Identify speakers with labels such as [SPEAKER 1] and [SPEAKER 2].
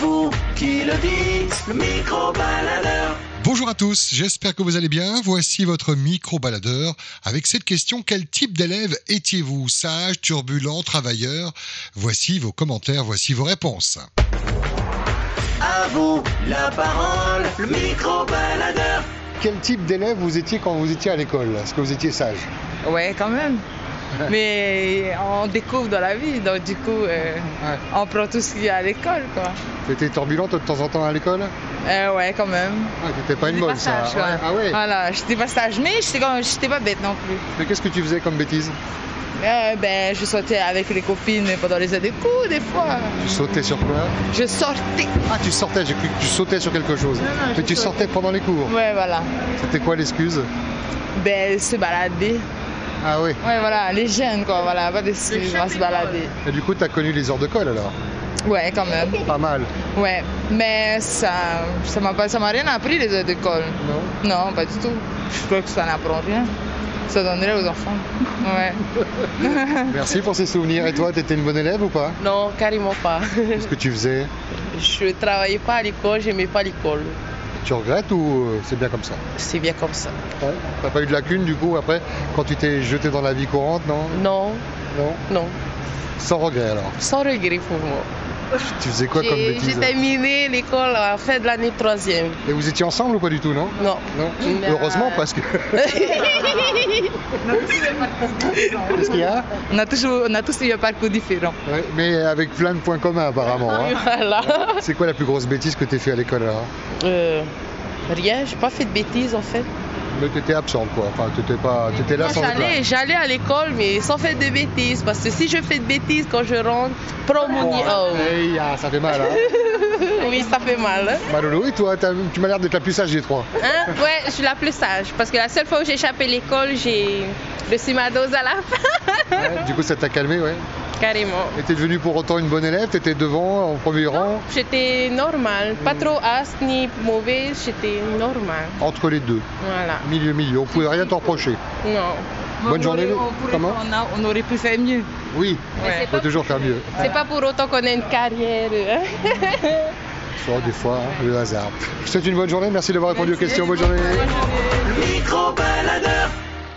[SPEAKER 1] vous qui le dites, le micro-baladeur.
[SPEAKER 2] Bonjour à tous, j'espère que vous allez bien. Voici votre micro-baladeur avec cette question quel type d'élève étiez-vous Sage, turbulent, travailleur Voici vos commentaires, voici vos réponses.
[SPEAKER 1] À vous la parole, le micro-baladeur.
[SPEAKER 2] Quel type d'élève vous étiez quand vous étiez à l'école Est-ce que vous étiez sage
[SPEAKER 3] Ouais, quand même. Mais on découvre dans la vie, donc du coup, euh, on prend tout ce qu'il y a à l'école, quoi.
[SPEAKER 2] T'étais turbulente de temps en temps à l'école
[SPEAKER 3] Euh, ouais, quand même.
[SPEAKER 2] ah, T'étais pas une
[SPEAKER 3] J'étais
[SPEAKER 2] bonne, ça.
[SPEAKER 3] sage, quoi.
[SPEAKER 2] Ouais. Ah ouais
[SPEAKER 3] Voilà, j'étais pas sage, mais j'étais quand même- j'étais pas bête non plus.
[SPEAKER 2] Mais qu'est-ce que tu faisais comme bêtise
[SPEAKER 3] Euh, ben, je sautais avec les copines pendant les heures de cours, des fois.
[SPEAKER 2] Tu sautais sur quoi
[SPEAKER 3] Je sortais.
[SPEAKER 2] Ah, tu sortais, j'ai cru que tu sautais sur quelque chose.
[SPEAKER 3] Non, non,
[SPEAKER 2] Mais
[SPEAKER 3] je
[SPEAKER 2] tu sortais pendant les cours.
[SPEAKER 3] Ouais, voilà.
[SPEAKER 2] C'était quoi l'excuse
[SPEAKER 3] Ben, se balader.
[SPEAKER 2] Ah oui.
[SPEAKER 3] Ouais, voilà, les jeunes, quoi, voilà, pas d'excuses, on va se balader.
[SPEAKER 2] Et du coup, t'as connu les heures de colle alors
[SPEAKER 3] Ouais, quand même.
[SPEAKER 2] Pas mal.
[SPEAKER 3] Ouais, mais ça ça m'a pas- ça m'a rien appris les heures d'école.
[SPEAKER 2] Non
[SPEAKER 3] Non, pas du tout. Je crois que ça n'apprend rien. Ça donnerait aux enfants. Ouais.
[SPEAKER 2] Merci pour ces souvenirs. Et toi, t'étais une bonne élève ou pas
[SPEAKER 4] Non, carrément pas.
[SPEAKER 2] Qu'est-ce que tu faisais
[SPEAKER 4] Je travaillais pas à l'école, j'aimais pas l'école.
[SPEAKER 2] Tu regrettes ou euh, c'est bien comme ça
[SPEAKER 4] C'est bien comme ça.
[SPEAKER 2] T'as pas eu de lacunes du coup après quand tu t'es jeté dans la vie courante, non
[SPEAKER 4] Non,
[SPEAKER 2] Non
[SPEAKER 4] non,
[SPEAKER 2] Sans regret alors.
[SPEAKER 4] sans regret pour moi.
[SPEAKER 2] Tu faisais quoi comme
[SPEAKER 4] J'ai j'ai
[SPEAKER 2] bêtise
[SPEAKER 4] terminé l'école à la fin de l'année troisième.
[SPEAKER 2] Et vous étiez ensemble ou pas du tout, non
[SPEAKER 4] Non.
[SPEAKER 2] Non
[SPEAKER 4] Mais,
[SPEAKER 2] Heureusement
[SPEAKER 4] euh,
[SPEAKER 2] parce que. Qu'est-ce qu'il y a
[SPEAKER 3] On a, toujours, on a tous eu un parcours différent.
[SPEAKER 2] Ouais, Mais avec plein de points communs apparemment. hein.
[SPEAKER 4] voilà.
[SPEAKER 2] C'est quoi la plus grosse bêtise que t'es fait à l'école alors
[SPEAKER 4] Euh, rien, j'ai pas fait de bêtises en fait.
[SPEAKER 2] Mais t'étais absente quoi. Enfin, t'étais pas. T'étais là
[SPEAKER 4] Moi,
[SPEAKER 2] sans être là.
[SPEAKER 4] J'allais, j'allais à l'école, mais sans faire de bêtises. Parce que si je fais de bêtises quand je rentre, promonie. Oh,
[SPEAKER 2] Hey, ah, ça fait mal, hein
[SPEAKER 4] oui, ça fait mal. hein.
[SPEAKER 2] Malolo, et toi, t'as- tu m'as l'air d'être la plus sage des trois.
[SPEAKER 5] Hein? Ouais, je suis la plus sage. Parce que la seule fois où j'ai échappé l'école, j'ai reçu ma dose à la fin.
[SPEAKER 2] Ouais, du coup, ça t'a calmé, ouais.
[SPEAKER 5] Carrément.
[SPEAKER 2] Et t'es devenue pour autant une bonne élève T'étais devant, en premier rang
[SPEAKER 5] J'étais normale. Pas trop as ni mauvaise, j'étais normale.
[SPEAKER 2] Entre les deux,
[SPEAKER 5] Voilà.
[SPEAKER 2] milieu, milieu. On pouvait rien t'en reprocher.
[SPEAKER 5] Non.
[SPEAKER 2] Bonne
[SPEAKER 3] On
[SPEAKER 2] journée.
[SPEAKER 3] aurait- on pourrait-
[SPEAKER 2] Comment
[SPEAKER 3] on, a- on aurait pu faire mieux.
[SPEAKER 2] Oui,
[SPEAKER 5] Mais
[SPEAKER 2] on
[SPEAKER 5] c'est
[SPEAKER 2] peut
[SPEAKER 5] pas-
[SPEAKER 2] toujours faire mieux.
[SPEAKER 5] C'est pas pour autant qu'on ait une carrière. hein.
[SPEAKER 2] Soit des fois, hein, le hasard. Je te souhaite une bonne journée. Merci d'avoir répondu aux questions. Bonne journée.
[SPEAKER 1] Le micro-baladeur.